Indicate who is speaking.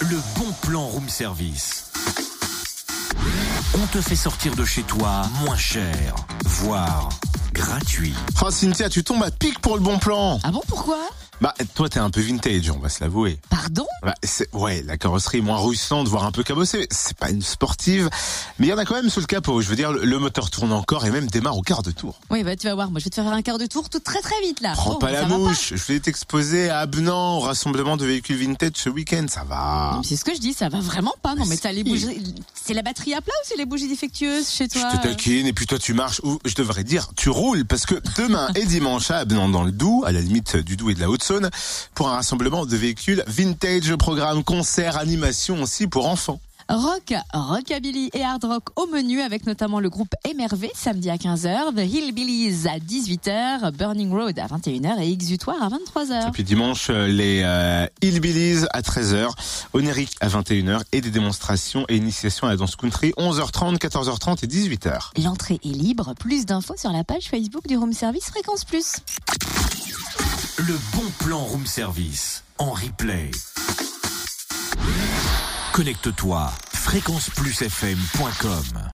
Speaker 1: le bon plan room service. On te fait sortir de chez toi moins cher, voire gratuit.
Speaker 2: Oh Cynthia, tu tombes à pic pour le bon plan.
Speaker 3: Ah bon, pourquoi
Speaker 2: Bah toi t'es un peu vintage, on va se l'avouer.
Speaker 3: Pardon
Speaker 2: Bah, c'est- ouais, la carrosserie est moins ruissante, voire un peu cabossée. C'est pas une sportive, mais il y en a quand même sous le capot. Je veux dire, le, le moteur tourne encore et même démarre au quart de tour.
Speaker 3: Oui, bah tu vas voir, moi je vais te faire un quart de tour tout très très vite là.
Speaker 2: Prends
Speaker 3: Oh,
Speaker 2: pas la
Speaker 3: ça va
Speaker 2: mouche. Je vais t'exposer à Abnan au rassemblement de véhicules vintage ce week-end. Ça va.
Speaker 3: Non, mais C'est Ah. ce que je dis, ça va vraiment pas. Non,
Speaker 2: Mais
Speaker 3: mais t'as les
Speaker 2: Bah, si.
Speaker 3: bougies. C'est la batterie à plat ou c'est les bougies défectueuses chez
Speaker 2: Je
Speaker 3: toi
Speaker 2: te taquine et puis toi tu marches ou je devrais dire tu roules parce que demain et dimanche à Abnan dans le Doubs, à la limite du Doubs et de la Haute-Saône, pour un rassemblement de véhicules vintage, programme, concert, animation aussi pour enfants.
Speaker 3: Rock, rockabilly et hard rock au menu avec notamment le groupe MRV samedi à 15h, The Hillbillies à 18h, Burning Road à 21h et Exutoire à 23h.
Speaker 2: Et puis dimanche, euh, les euh, Hillbillies à 13h, Onéric à 21h et des démonstrations et initiations à la danse country 11h30, 14h30 et 18h.
Speaker 3: L'entrée est libre. Plus d'infos sur la page Facebook du Room Service Fréquence Plus.
Speaker 1: Le bon plan room service en replay. Connecte-toi fréquenceplusfm.com.